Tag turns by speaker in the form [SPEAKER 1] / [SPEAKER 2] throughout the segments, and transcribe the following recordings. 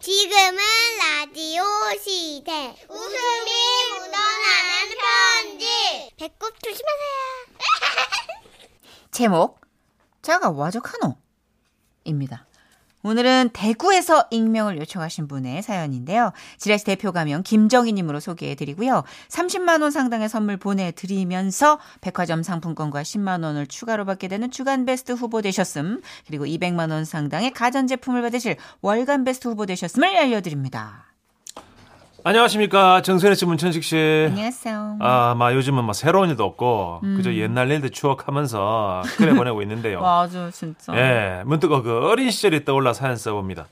[SPEAKER 1] 지금은 라디오 시대. 웃음이 묻어나는 편지. 배꼽 조심하세요.
[SPEAKER 2] 제목 자가 와족하노 입니다. 오늘은 대구에서 익명을 요청하신 분의 사연인데요. 지라시 대표 가명 김정희님으로 소개해드리고요. 30만 원 상당의 선물 보내드리면서 백화점 상품권과 10만 원을 추가로 받게 되는 주간 베스트 후보 되셨음 그리고 200만 원 상당의 가전제품을 받으실 월간 베스트 후보 되셨음을 알려드립니다.
[SPEAKER 3] 안녕하십니까 정선혜 씨, 문천식 씨.
[SPEAKER 2] 안녕하세요.
[SPEAKER 3] 아, 막 요즘은 막 새로운 일도 없고 그저 옛날 일들 추억하면서 그래 보내고 있는데요.
[SPEAKER 2] 맞아 진짜.
[SPEAKER 3] 예, 문득 그 어린 시절이 떠올라 사연 써봅니다.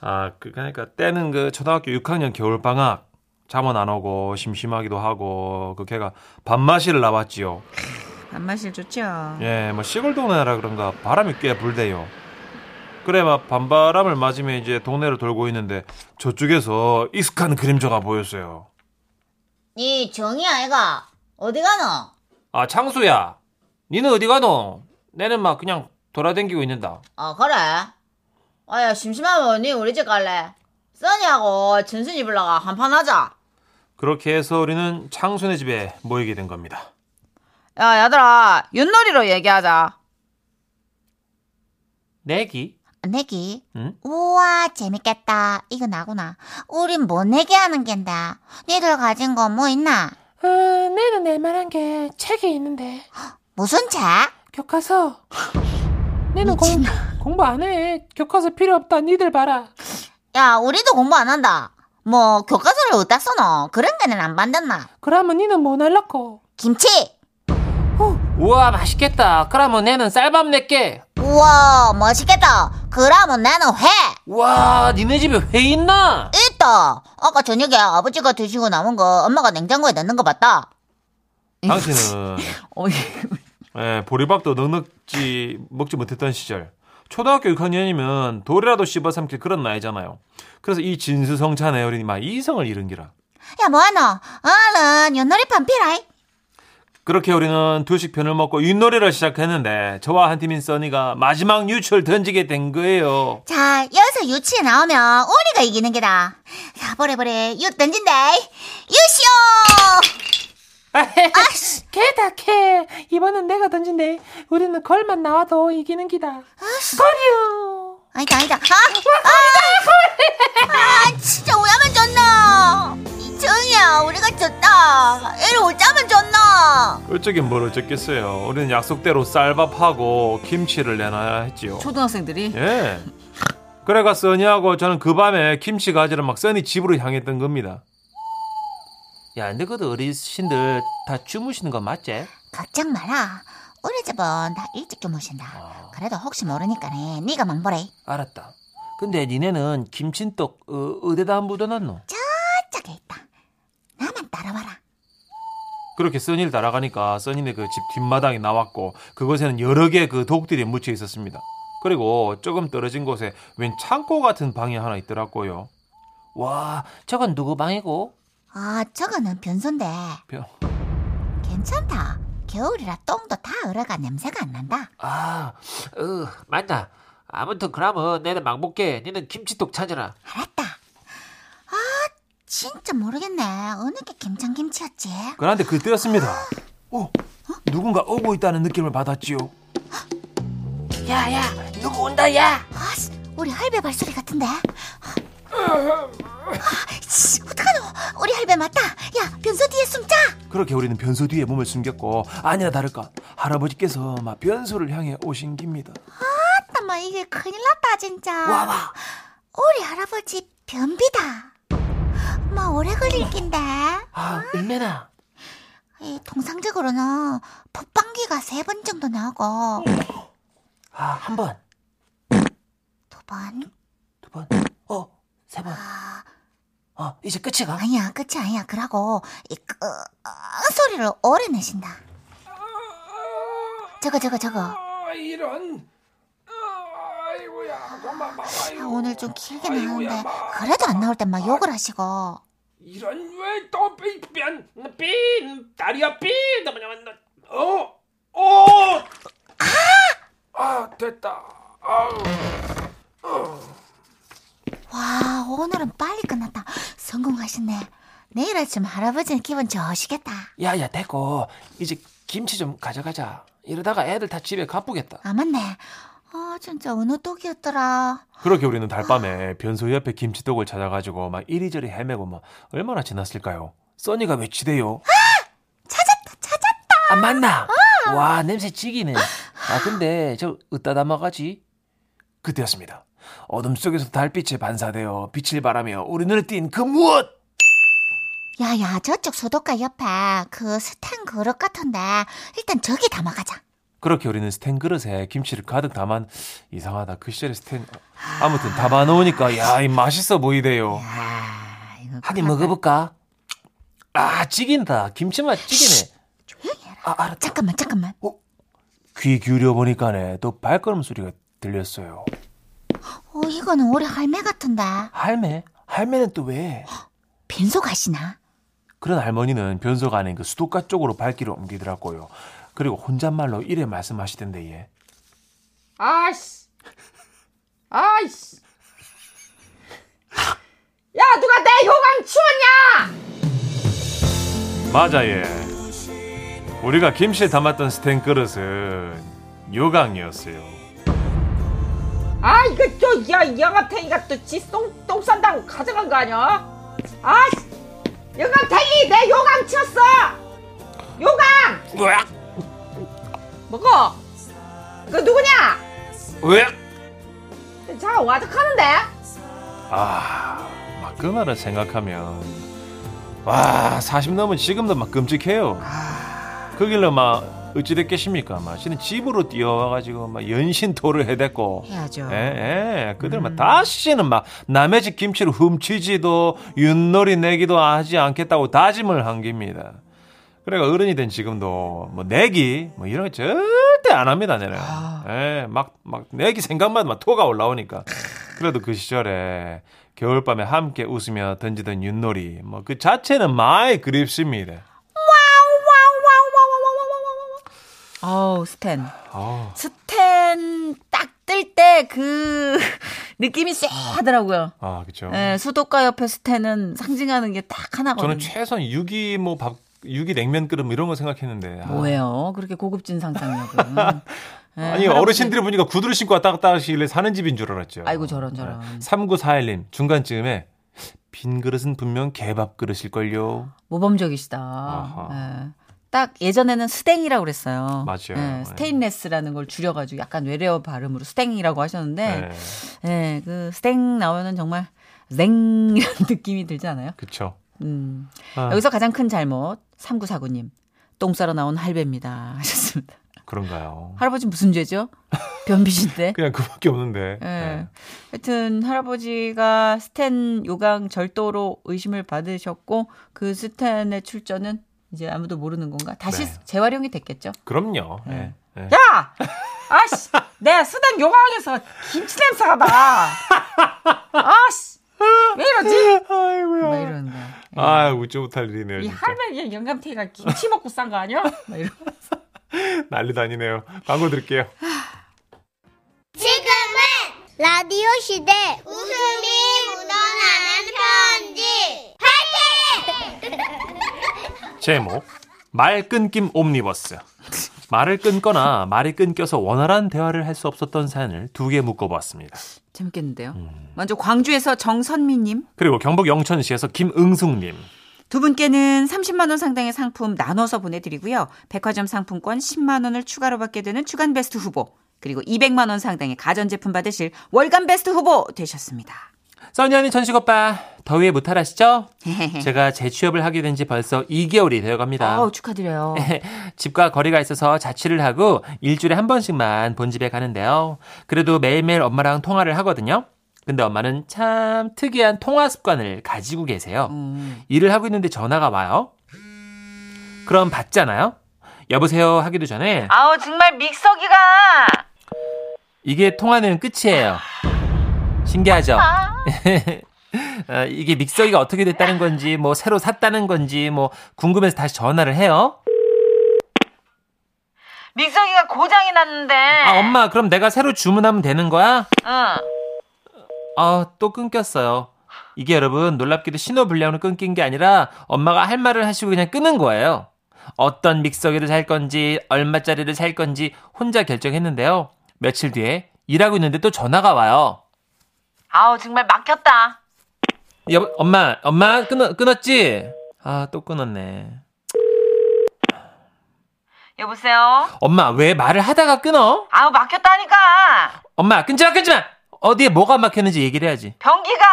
[SPEAKER 3] 아, 그, 그러니까 때는 그 초등학교 6학년 겨울 방학 잠은 안 오고 심심하기도 하고 그 걔가 밥맛이를 나왔지요.
[SPEAKER 2] 밥맛이 좋죠.
[SPEAKER 3] 예, 뭐 시골 동네라 그런가 바람이 꽤 불대요. 그래 막 밤바람을 맞으며 이제 동네를 돌고 있는데 저쪽에서 익숙한 그림자가 보였어요.
[SPEAKER 4] 니 정이 아이가 어디 가노?
[SPEAKER 3] 아 창수야, 니는 어디 가노? 내는 막 그냥 돌아댕기고 있는다.
[SPEAKER 4] 아 그래? 아야 심심하면 니 우리 집 갈래? 써니하고 진순이 불러가 한판 하자
[SPEAKER 3] 그렇게 해서 우리는 창수네 집에 모이게 된 겁니다.
[SPEAKER 2] 야 얘들아 윷놀이로 얘기하자.
[SPEAKER 3] 내기?
[SPEAKER 1] 내기.
[SPEAKER 3] 응?
[SPEAKER 1] 우와, 재밌겠다. 이거 나구나. 우린 뭐 내기 하는 겐데. 니들 가진 거 뭐 있나?
[SPEAKER 5] 어, 내는 낼만한 게 책이 있는데
[SPEAKER 1] 무슨 책?
[SPEAKER 5] 교과서 내는 공, 공부 안 해 교과서 필요 없다 니들 봐라
[SPEAKER 4] 야 우리도 공부 안 한다 뭐 교과서를 어디다 써노? 그런 거는 안 만든나
[SPEAKER 5] 그러면 니는 뭐 날라고
[SPEAKER 4] 김치!
[SPEAKER 6] 우와 맛있겠다. 그러면 내는 쌀밥 낼게.
[SPEAKER 4] 우와 멋있겠다 그러면 나는 회!
[SPEAKER 6] 우와 니네 집에 회 있나?
[SPEAKER 4] 있다 아까 저녁에 아버지가 드시고 남은 거 엄마가 냉장고에 넣는 거 봤다
[SPEAKER 3] 당신은
[SPEAKER 2] 어, 이-
[SPEAKER 3] 예, 보리밥도 넉넉지 먹지 못했던 시절. 초등학교 6학년이면 돌이라도 씹어 삼킬 그런 나이잖아요. 그래서 이 진수성찬 애어린이 막 이성을 잃은 기라.
[SPEAKER 4] 야 뭐하노? 얼른 윷놀이판 피라이
[SPEAKER 3] 그렇게 우리는 두식 편을 먹고 윷놀이를 시작했는데 저와 한 팀인 써니가 마지막 유출 던지게 된 거예요.
[SPEAKER 4] 자 여기서 유치에 나오면 우리가 이기는 게다 야 보래보래 윷 던진다 유시오!
[SPEAKER 5] 개다 개 이번엔 내가 던진대 우리는 걸만 나와도 이기는 기다 거리요
[SPEAKER 4] 아니다 아니다 아! 아! 아 진짜 오야만 졌나 이정이야 우리가 졌다 애를 오자만 졌나
[SPEAKER 3] 어쩌긴 뭘 어쩌겠어요. 우리는 약속대로 쌀밥하고 김치를 내놔야 했지요.
[SPEAKER 2] 초등학생들이
[SPEAKER 3] 예. 그래가 써니하고 저는 그 밤에 김치 가지러 막 써니 집으로 향했던 겁니다.
[SPEAKER 6] 야 근데 그도 어르신들 다 주무시는 거 맞지?
[SPEAKER 4] 걱정 마라 우리 집은 다 일찍 주무신다 그래도 혹시 모르니까네 네가 망보래
[SPEAKER 6] 알았다. 근데 니네는 김친떡 어, 어디다 묻어놨노?
[SPEAKER 4] 짝에 있다 나만 따라와라
[SPEAKER 3] 그렇게 써니를 따라가니까 써니네 그 집 뒷마당이 나왔고 그곳에는 여러 개의 그 독들이 묻혀 있었습니다. 그리고 조금 떨어진 곳에 웬 창고 같은 방이 하나 있더라고요.
[SPEAKER 6] 와 저건 누구 방이고?
[SPEAKER 4] 아 저거는 변소인데
[SPEAKER 3] 변-
[SPEAKER 4] 괜찮다 겨울이라 똥도 다 얼어가 냄새가 안 난다
[SPEAKER 6] 아 어, 맞다. 아무튼 그러면 내는 망볼게. 니는 김치떡 찾아라.
[SPEAKER 4] 알았다 아 진짜 모르겠네 어느 게 김장김치였지
[SPEAKER 3] 그런데 그때였습니다. 어? 누군가 오고 있다는 느낌을 받았지요.
[SPEAKER 6] 야야 누구 온다 야.
[SPEAKER 4] 아씨, 우리 할배 발소리 같은데. 아, 씨, 어떡하노? 우리 할배 맞다. 야, 변소 뒤에 숨자.
[SPEAKER 3] 그렇게 우리는 변소 뒤에 몸을 숨겼고 아니나 다를까 할아버지께서 막 변소를 향해 오신 깁니다.
[SPEAKER 4] 아마 이게 큰일 났다 진짜.
[SPEAKER 6] 와봐.
[SPEAKER 4] 우리 할아버지 변비다. 마 오래 걸릴 낀데.
[SPEAKER 6] 아 얼마나?
[SPEAKER 4] 이 통상적으로는 폭방기가 세 번 정도 나오고
[SPEAKER 6] 아 한 번,
[SPEAKER 4] 두 번. 아.
[SPEAKER 6] 두 번, 어, 세 번. 어 이제 끝이가.
[SPEAKER 4] 아니야, 끝이 아니야. 그러고 이 끄, 어, 소리를 오래 내신다. 저거 저거 저거.
[SPEAKER 5] 아 이런 아이고야 그만 봐
[SPEAKER 4] 아, 오늘 좀 길게 나오는데 그래도 안 나올 땐 막 욕을 하시고
[SPEAKER 5] 이런 왜또 삐변 삐 다리야 삐 나만 어어 아! 아 됐다 아우
[SPEAKER 4] 와 오늘은 빨리 끝났다. 성공하셨네. 내일 아침 할아버지는 기분 좋으시겠다.
[SPEAKER 6] 야야 됐고 이제 김치 좀 가져가자. 이러다가 애들 다 집에 가쁘겠다.
[SPEAKER 4] 아 맞네. 아 진짜 어느 떡이었더라.
[SPEAKER 3] 그렇게 우리는 달밤에 변소 옆에 김치떡을 찾아가지고 막 이리저리 헤매고 막 얼마나 지났을까요? 써니가 외치대요.
[SPEAKER 6] 아 맞나? 와 냄새 지기네. 아 근데 저 어디다 담아가지?
[SPEAKER 3] 그때였습니다. 어둠 속에서 달빛에 반사되어 빛을 바라며 우리 눈에 띈 그 무엇!
[SPEAKER 4] 야야 저쪽 소독가 옆에 그 스탄 그릇 같은데 일단 저기 담아가자.
[SPEAKER 3] 그렇게 우리는 스텐 그릇에 김치를 가득 담아 이상하다. 그 시절에 스텐 아무튼 담아 놓으니까 야 이 맛있어 보이대요.
[SPEAKER 2] 아, 이거
[SPEAKER 6] 한입 먹어볼까? 아 지긴다. 김치 맛 지기네. 아 알았다.
[SPEAKER 4] 잠깐만 잠깐만.
[SPEAKER 3] 귀 기울여 보니까네 또 발걸음 소리가 들렸어요.
[SPEAKER 4] 어 이거는 우리 할매 같은데
[SPEAKER 3] 할매? 할매는 또 왜?
[SPEAKER 4] 빈소 가시나?
[SPEAKER 3] 그런 할머니는 변소가 아닌 그 수도가 쪽으로 발길을 옮기더라고요. 그리고 혼잣말로 이래 말씀하시던데 예.
[SPEAKER 7] 아이씨. 아이씨. 야, 누가 내 효광 치웠냐?
[SPEAKER 3] 맞아 예. 우리가 김치에 담았던 스텐 그릇은 요강이었어요.
[SPEAKER 7] 아, 이거 또, 야, 영감탱이가 또 지 똥, 똥 싼다고 가져간 거 아니야? 아이씨. 영감탱이, 내 효광 치웠어! 요강!
[SPEAKER 6] 으악!
[SPEAKER 7] 먹어! 그 누구냐?
[SPEAKER 6] 으악!
[SPEAKER 7] 자, 와적하는데?
[SPEAKER 3] 아, 막 그 말을 생각하면 와, 40 넘은 지금도 막 끔찍해요. 그 길로 막 어찌 됐겠습니까? 막 씨는 집으로 뛰어와가지고 막 연신토를 해댔고
[SPEAKER 2] 해야죠.
[SPEAKER 3] 예, 예. 그들 막 다시는 막 남의 집 김치를 훔치지도 윷놀이 내기도 하지 않겠다고 다짐을 한 겁니다. 그래가 어른이 된 지금도 뭐 내기 뭐 이런 거 절대 안 합니다, 내는.
[SPEAKER 2] 아.
[SPEAKER 3] 예, 막, 막 내기 생각만 막 토가 올라오니까. 그래도 그 시절에 겨울밤에 함께 웃으며 던지던 윷놀이 뭐 그 자체는 많이 그립습니다.
[SPEAKER 2] 어우, 스탠.
[SPEAKER 3] 아우.
[SPEAKER 2] 스탠 딱 뜰 때 그 느낌이 쎄하더라고요.
[SPEAKER 3] 아, 그쵸.
[SPEAKER 2] 예, 수도가 옆에 스탠은 상징하는 게 딱 하나거든요.
[SPEAKER 3] 저는 최소한 유기 뭐 밥, 유기 냉면 끓음 이런 거 생각했는데. 아.
[SPEAKER 2] 뭐예요? 그렇게 고급진 상상력은. 예,
[SPEAKER 3] 아니
[SPEAKER 2] 할아버지-
[SPEAKER 3] 어르신들이 보니까 구두를 신고 왔다 갔다 하시길래 사는 집인 줄 알았죠.
[SPEAKER 2] 아이고, 저런, 저런.
[SPEAKER 3] 3941님 중간쯤에 빈 그릇은 분명 개밥 그릇일걸요.
[SPEAKER 2] 모범적이시다.
[SPEAKER 3] 아하.
[SPEAKER 2] 예. 딱 예전에는 스탱이라고 그랬어요.
[SPEAKER 3] 맞아요.
[SPEAKER 2] 예, 스테인레스라는 걸 줄여가지고 약간 외래어 발음으로 스탱이라고 하셨는데,
[SPEAKER 3] 네,
[SPEAKER 2] 예, 그 스탱 나오면 정말 랭이라는 느낌이 들지 않아요?
[SPEAKER 3] 그쵸.
[SPEAKER 2] 음.
[SPEAKER 3] 아,
[SPEAKER 2] 여기서 가장 큰 잘못 3949님 똥 싸러 나온 할배입니다 하셨습니다.
[SPEAKER 3] 그런가요?
[SPEAKER 2] 할아버지 무슨 죄죠? 변비신데.
[SPEAKER 3] 그냥 그밖에 없는데.
[SPEAKER 2] 예.
[SPEAKER 3] 네.
[SPEAKER 2] 하여튼 할아버지가 스탠 요강 절도로 의심을 받으셨고 그 스탠의 출전은 이제 아무도 모르는 건가? 다시
[SPEAKER 3] 네.
[SPEAKER 2] 재활용이 됐겠죠?
[SPEAKER 3] 그럼요. 네. 네.
[SPEAKER 7] 야! 아씨, 내 수단 요강에서 김치 냄새가 나. 아씨, 왜 이러지?
[SPEAKER 2] 막
[SPEAKER 3] 아이고야.
[SPEAKER 2] 뭐 이러는 거.
[SPEAKER 3] 아, 웃지 못할 일이네요.
[SPEAKER 7] 이
[SPEAKER 3] 진짜.
[SPEAKER 7] 할머니 영감탱이가 김치 먹고 싼 거 아니야?
[SPEAKER 2] 막 이러.
[SPEAKER 3] 난리 다니네요. 광고 드릴게요.
[SPEAKER 8] 지금은 라디오 시대 웃음이 묻어나는 편지
[SPEAKER 3] 제목 말 끊김 옴니버스 말을 끊거나 말이 끊겨서 원활한 대화를 할 수 없었던 사연을 두 개 묶어봤습니다.
[SPEAKER 2] 재밌겠는데요.
[SPEAKER 3] 음.
[SPEAKER 2] 먼저 광주에서 정선미님
[SPEAKER 3] 그리고 경북 영천시에서 김응숙님
[SPEAKER 2] 두 분께는 30만 원 상당의 상품 나눠서 보내드리고요. 백화점 상품권 10만 원을 추가로 받게 되는 주간 베스트 후보 그리고 200만 원 상당의 가전제품 받으실 월간 베스트 후보 되셨습니다.
[SPEAKER 6] 써니 언니 전식 오빠 더위에 무탈하시죠? 제가 재취업을 하게 된 지 벌써 2개월이 되어갑니다.
[SPEAKER 2] 아우 축하드려요.
[SPEAKER 6] 집과 거리가 있어서 자취를 하고 일주일에 한 번씩만 본집에 가는데요. 그래도 매일매일 엄마랑 통화를 하거든요. 근데 엄마는 참 특이한 통화 습관을 가지고 계세요.
[SPEAKER 2] 음.
[SPEAKER 6] 일을 하고 있는데 전화가 와요. 그럼 받잖아요. 여보세요 하기도 전에
[SPEAKER 2] 아우 정말 믹서기가
[SPEAKER 6] 이게 통화는 끝이에요. 신기하죠?
[SPEAKER 2] 아.
[SPEAKER 6] 어, 이게 믹서기가 어떻게 됐다는 건지, 뭐, 새로 샀다는 건지, 뭐, 궁금해서 다시 전화를 해요.
[SPEAKER 2] 믹서기가 고장이 났는데.
[SPEAKER 6] 아,
[SPEAKER 2] 어.
[SPEAKER 6] 엄마, 그럼 내가 새로 주문하면 되는 거야?
[SPEAKER 2] 응.
[SPEAKER 6] 아, 또 끊겼어요.
[SPEAKER 3] 이게 여러분 놀랍게도 신호불량으로 끊긴 게 아니라 엄마가 할 말을 하시고 그냥 끄는 거예요. 어떤 믹서기를 살 건지 얼마짜리를 살 건지 혼자 결정했는데요. 며칠 뒤에 일하고 있는데 또 전화가 와요.
[SPEAKER 2] 아우 정말 막혔다.
[SPEAKER 3] 여보, 엄마, 엄마 끊어, 끊었지? 아, 또 끊었네.
[SPEAKER 2] 여보세요.
[SPEAKER 3] 엄마 왜 말을 하다가 끊어?
[SPEAKER 2] 아우 막혔다니까.
[SPEAKER 3] 엄마 끊지 마, 끊지 마. 어디에 뭐가 막혔는지 얘기를 해야지.
[SPEAKER 2] 변기가.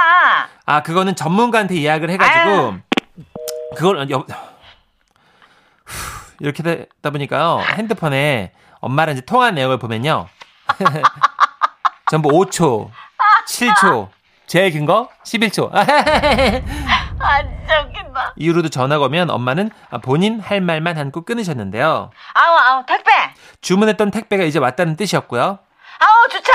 [SPEAKER 3] 아, 그거는 전문가한테 예약을 해가지고 그걸 여, 후, 이렇게 되다 보니까요 핸드폰에 엄마랑 이제 통화 내용을 보면요 전부 5초, 7초, 제일 긴 거 11초.
[SPEAKER 2] 안 아, 저기다. 뭐,
[SPEAKER 3] 이후로도 전화가 오면 엄마는 아, 본인 할 말만 안고 끊으셨는데요.
[SPEAKER 2] 아우 아우 택배.
[SPEAKER 3] 주문했던 택배가 이제 왔다는 뜻이었고요.
[SPEAKER 2] 아우 주차.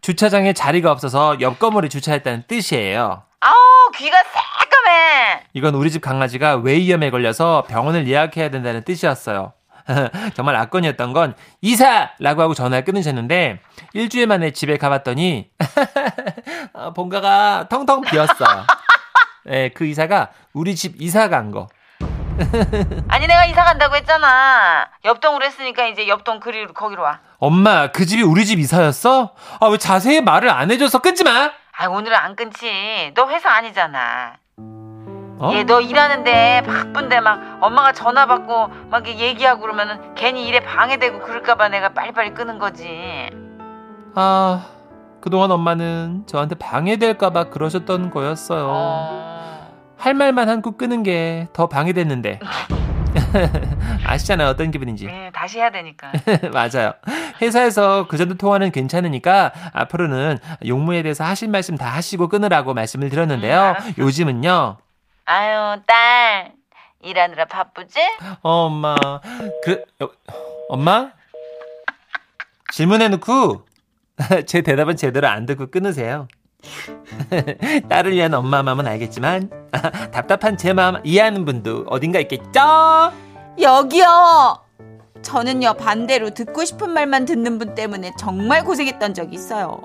[SPEAKER 3] 주차장에 자리가 없어서 옆 건물에 주차했다는 뜻이에요.
[SPEAKER 2] 아우 귀가 새까매.
[SPEAKER 3] 이건 우리 집 강아지가 외이염에 걸려서 병원을 예약해야 된다는 뜻이었어요. 정말 악건이었던 건 이사라고 하고 전화를 끊으셨는데 일주일 만에 집에 가봤더니 아, 본가가 텅텅 비었어요. 네, 그 이사가 우리 집 이사 간 거.
[SPEAKER 2] 아니 내가 이사 간다고 했잖아. 옆동으로 했으니까 이제 옆동 그리로 거기로 와.
[SPEAKER 3] 엄마, 그 집이 우리 집 이사였어? 아, 왜 자세히 말을 안 해줘서 끊지 마!
[SPEAKER 2] 아 오늘은 안 끊지. 너 회사 아니잖아.
[SPEAKER 3] 어?
[SPEAKER 2] 얘 너 일하는데 바쁜데 막 엄마가 전화 받고 막 이렇게 얘기하고 그러면은 괜히 일에 방해되고 그럴까봐 내가 빨리빨리 끄는 거지.
[SPEAKER 3] 아, 그동안 엄마는 저한테 방해될까봐 그러셨던 거였어요.
[SPEAKER 2] 어.
[SPEAKER 3] 할 말만 한꾸 끄는 게 더 방해됐는데. 아시잖아요, 어떤 기분인지.
[SPEAKER 2] 예, 다시 해야 되니까.
[SPEAKER 3] 맞아요. 회사에서 그 정도 통화는 괜찮으니까 앞으로는 용무에 대해서 하실 말씀 다 하시고 끊으라고 말씀을
[SPEAKER 2] 음,
[SPEAKER 3] 드렸는데요.
[SPEAKER 2] 알았어.
[SPEAKER 3] 요즘은요.
[SPEAKER 2] 아유 딸 일하느라 바쁘지?
[SPEAKER 3] 어, 엄마. 그, 여- 엄마? 질문해놓고 제 대답은 제대로 안 듣고 끊으세요. 딸을 위한 엄마 마음은 알겠지만 답답한 제 마음 이해하는 분도 어딘가 있겠죠?
[SPEAKER 2] 여기요. 저는요 반대로 듣고 싶은 말만 듣는 분 때문에 정말 고생했던 적이 있어요.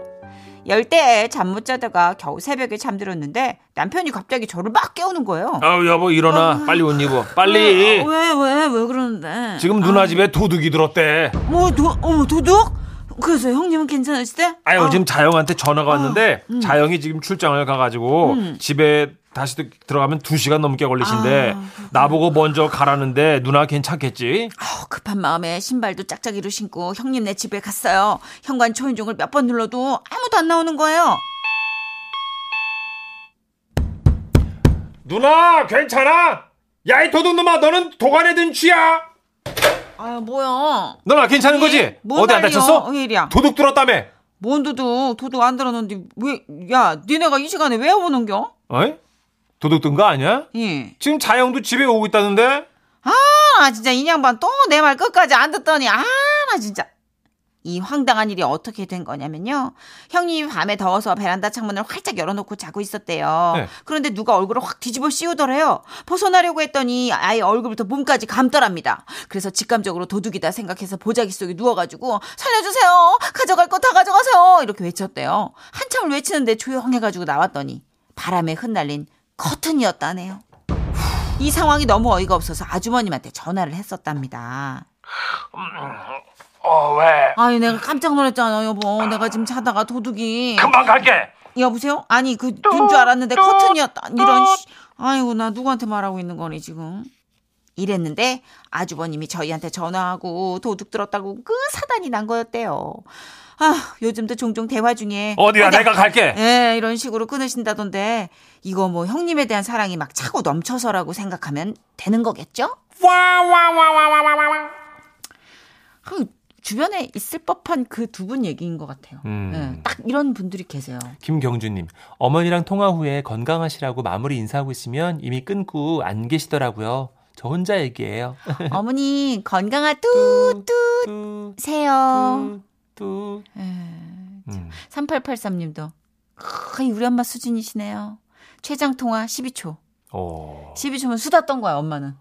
[SPEAKER 2] 열대에 잠 못 자다가 겨우 새벽에 잠들었는데 남편이 갑자기 저를 막 깨우는 거예요. 아,
[SPEAKER 9] 아우 여보 일어나 빨리 옷 입어 빨리
[SPEAKER 2] 왜왜왜 아. 그러는데?
[SPEAKER 9] 지금 누나 집에 도둑이 들었대
[SPEAKER 2] 뭐 도, 어머 도둑? 그래서 형님은 괜찮으시대?
[SPEAKER 9] 아유 지금 자영한테 전화가 왔는데 자영이 지금 출장을 가가지고 집에 다시 또 들어가면 2시간 넘게 걸리신데 나보고 먼저 가라는데 누나 괜찮겠지?
[SPEAKER 2] 어, 급한 마음에 신발도 짝짝이로 신고 형님네 집에 갔어요. 현관 초인종을 몇 번 눌러도 아무도 안 나오는 거예요.
[SPEAKER 9] 누나 괜찮아? 야이 도둑놈아 너는 도관에든 쥐야
[SPEAKER 2] 아 뭐야?
[SPEAKER 9] 누나 괜찮은 거지?
[SPEAKER 2] 뭔
[SPEAKER 9] 어디 안
[SPEAKER 2] 난리여?
[SPEAKER 9] 다쳤어?
[SPEAKER 2] 왜 이리야?
[SPEAKER 9] 도둑 들었다며
[SPEAKER 2] 뭔 도둑? 도둑 안 들었는데 왜? 야 니네가 이 시간에 왜 오는겨?
[SPEAKER 9] 어이? 도둑 든 거 아니야?
[SPEAKER 2] 예.
[SPEAKER 9] 지금 자영도 집에 오고 있다는데
[SPEAKER 2] 아 진짜 이 양반 또 내 말 끝까지 안 듣더니 아 나 진짜. 이 황당한 일이 어떻게 된 거냐면요. 형님이 밤에 더워서 베란다 창문을 활짝 열어놓고 자고 있었대요.
[SPEAKER 9] 네.
[SPEAKER 2] 그런데 누가 얼굴을 확 뒤집어 씌우더래요. 벗어나려고 했더니 아예 얼굴부터 몸까지 감더랍니다. 그래서 직감적으로 도둑이다 생각해서 보자기 속에 누워가지고 살려주세요. 가져갈 거 다 가져가세요. 이렇게 외쳤대요. 한참을 외치는데 조용해가지고 나왔더니 바람에 흩날린 커튼이었다네요. 이 상황이 너무 어이가 없어서 아주머님한테 전화를 했었답니다.
[SPEAKER 3] 어 왜?
[SPEAKER 2] 아유 내가 깜짝 놀랐잖아 여보 내가 지금 자다가 도둑이
[SPEAKER 3] 금방 갈게
[SPEAKER 2] 여보세요 아니 그 눈 줄 알았는데 커튼이었다 이런 씨. 아이고 나 누구한테 말하고 있는 거니 지금 이랬는데 아주버님이 저희한테 전화하고 도둑 들었다고 그 사단이 난 거였대요 아 요즘도 종종 대화 중에
[SPEAKER 9] 어디야
[SPEAKER 2] 어디야?
[SPEAKER 9] 내가 갈게
[SPEAKER 2] 예, 이런 식으로 끊으신다던데 이거 뭐 형님에 대한 사랑이 막 차고 넘쳐서라고 생각하면 되는 거겠죠? 그 주변에 있을 법한 그 두 분 얘기인 것 같아요.
[SPEAKER 3] 음.
[SPEAKER 2] 예, 딱 이런 분들이 계세요.
[SPEAKER 3] 김경주님, 어머니랑 통화 후에 건강하시라고 마무리 인사하고 있으면 이미 끊고 안 계시더라고요. 저 혼자 얘기해요.
[SPEAKER 2] 어머니 건강하 뚜뚜
[SPEAKER 3] 뚜,
[SPEAKER 2] 세요.
[SPEAKER 3] 뚜, 뚜. 음.
[SPEAKER 2] 3883님도 거의 예, 우리 엄마 수준이시네요. 최장 통화 12초.
[SPEAKER 3] 어,
[SPEAKER 2] 12초면 수다 떤 거야 엄마는.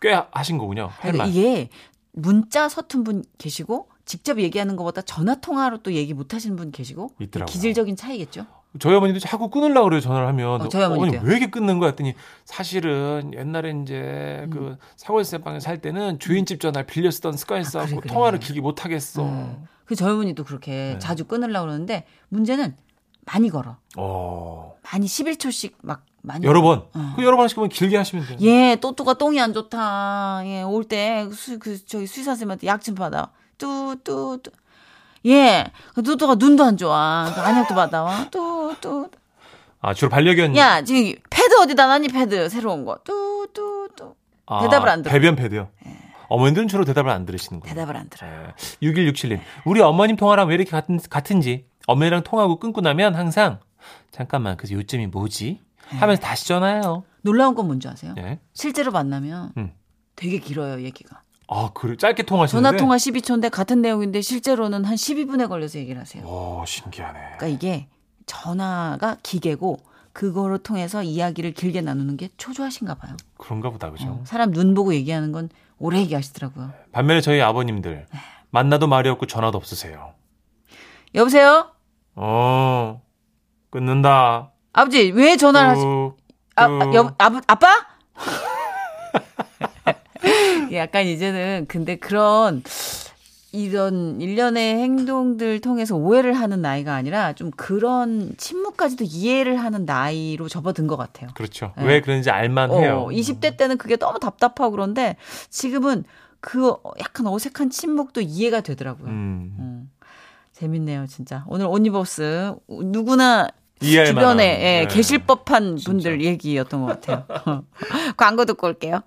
[SPEAKER 3] 꽤 하신 거군요. 할
[SPEAKER 2] 그러니까
[SPEAKER 3] 말.
[SPEAKER 2] 이게 문자 서툰 분 계시고 직접 얘기하는 것보다 전화 통화로 또 얘기 못 하시는 분 계시고
[SPEAKER 3] 있더라고요.
[SPEAKER 2] 기질적인 차이겠죠.
[SPEAKER 3] 저희 어머니도 자꾸 끊으려고 그래요, 전화를 하면.
[SPEAKER 2] 어, 저희 어머니도요.
[SPEAKER 3] 어머니 왜 이렇게 끊는 거야? 했더니 사실은 옛날에 이제
[SPEAKER 2] 음.
[SPEAKER 3] 그 사골세 방에 살 때는 주인집 전화를 빌려 쓰던 습관이 있어갖고
[SPEAKER 2] 아, 그래, 그래.
[SPEAKER 3] 통화를 길게 못 하겠어.
[SPEAKER 2] 음. 그 젊은이도 그렇게
[SPEAKER 3] 네.
[SPEAKER 2] 자주 끊으려고 그러는데 문제는 많이 걸어.
[SPEAKER 3] 어.
[SPEAKER 2] 많이 11초씩 막 많이
[SPEAKER 3] 여러 번.
[SPEAKER 2] 어.
[SPEAKER 3] 그 여러 번 시키면 길게 하시면 돼요.
[SPEAKER 2] 예, 또또가 똥이 안 좋다. 예, 올 때 수 그 저기 수의사 선생님한테 약 좀 받아. 뚜뚜 뚜. 예, 그 또또가 눈도 안 좋아. 그 안약도 받아. 뚜뚜.
[SPEAKER 3] 아, 주로 반려견.
[SPEAKER 2] 야, 지금 패드 어디다 놨니 패드 새로운 거. 뚜뚜 뚜.
[SPEAKER 3] 아,
[SPEAKER 2] 대답을 안 들어요. 예.
[SPEAKER 3] 배변 패드요. 어머님들은 주로 대답을 안 들으시는군요.
[SPEAKER 2] 대답을 안 들어요.
[SPEAKER 6] 6167님. 우리 어머님 통화랑 왜 이렇게 같은, 같은지. 어머니랑 통화하고 끊고 나면 항상 잠깐만 그래서 요점이 뭐지?
[SPEAKER 2] 예.
[SPEAKER 6] 하면서 다시 전화해요.
[SPEAKER 2] 놀라운 건 뭔지 아세요?
[SPEAKER 3] 예.
[SPEAKER 2] 실제로 만나면
[SPEAKER 3] 음.
[SPEAKER 2] 되게 길어요 얘기가.
[SPEAKER 3] 아, 그래. 짧게 통화하시는데.
[SPEAKER 2] 전화 통화 12초인데 같은 내용인데 실제로는 한 12분에 걸려서 얘기를 하세요.
[SPEAKER 3] 오, 신기하네.
[SPEAKER 2] 그러니까 이게 전화가 기계고 그거를 통해서 이야기를 길게 나누는 게 초조하신가 봐요.
[SPEAKER 3] 그런가 보다, 그죠?
[SPEAKER 2] 어, 사람 눈 보고 얘기하는 건 오래 얘기하시더라고요.
[SPEAKER 3] 반면에 저희 아버님들
[SPEAKER 2] 예.
[SPEAKER 3] 만나도 말이 없고 전화도 없으세요.
[SPEAKER 2] 여보세요?
[SPEAKER 3] 어 끊는다.
[SPEAKER 2] 아버지 왜
[SPEAKER 3] 어.
[SPEAKER 2] 전화를 하시?
[SPEAKER 3] 뚝,
[SPEAKER 2] 아,
[SPEAKER 3] 뚝.
[SPEAKER 2] 아, 여, 아, 아빠? 약간 이제는 근데 그런 이런 일련의 행동들 통해서 오해를 하는 나이가 아니라 좀 그런 침묵까지도 이해를 하는 나이로 접어든 것 같아요.
[SPEAKER 3] 그렇죠.
[SPEAKER 2] 네.
[SPEAKER 3] 왜 그런지 알만 해요.
[SPEAKER 2] 어, 20대 때는 그게 너무 답답하고 그런데 지금은 그 약간 어색한 침묵도 이해가 되더라고요.
[SPEAKER 3] 음,
[SPEAKER 2] 음. 재밌네요, 진짜. 오늘 온니버스 누구나
[SPEAKER 3] 이해할
[SPEAKER 2] 주변에
[SPEAKER 3] 만한.
[SPEAKER 2] 예,
[SPEAKER 3] 네.
[SPEAKER 2] 계실 법한 분들 얘기였던 것 같아요. 광고 듣고 올게요.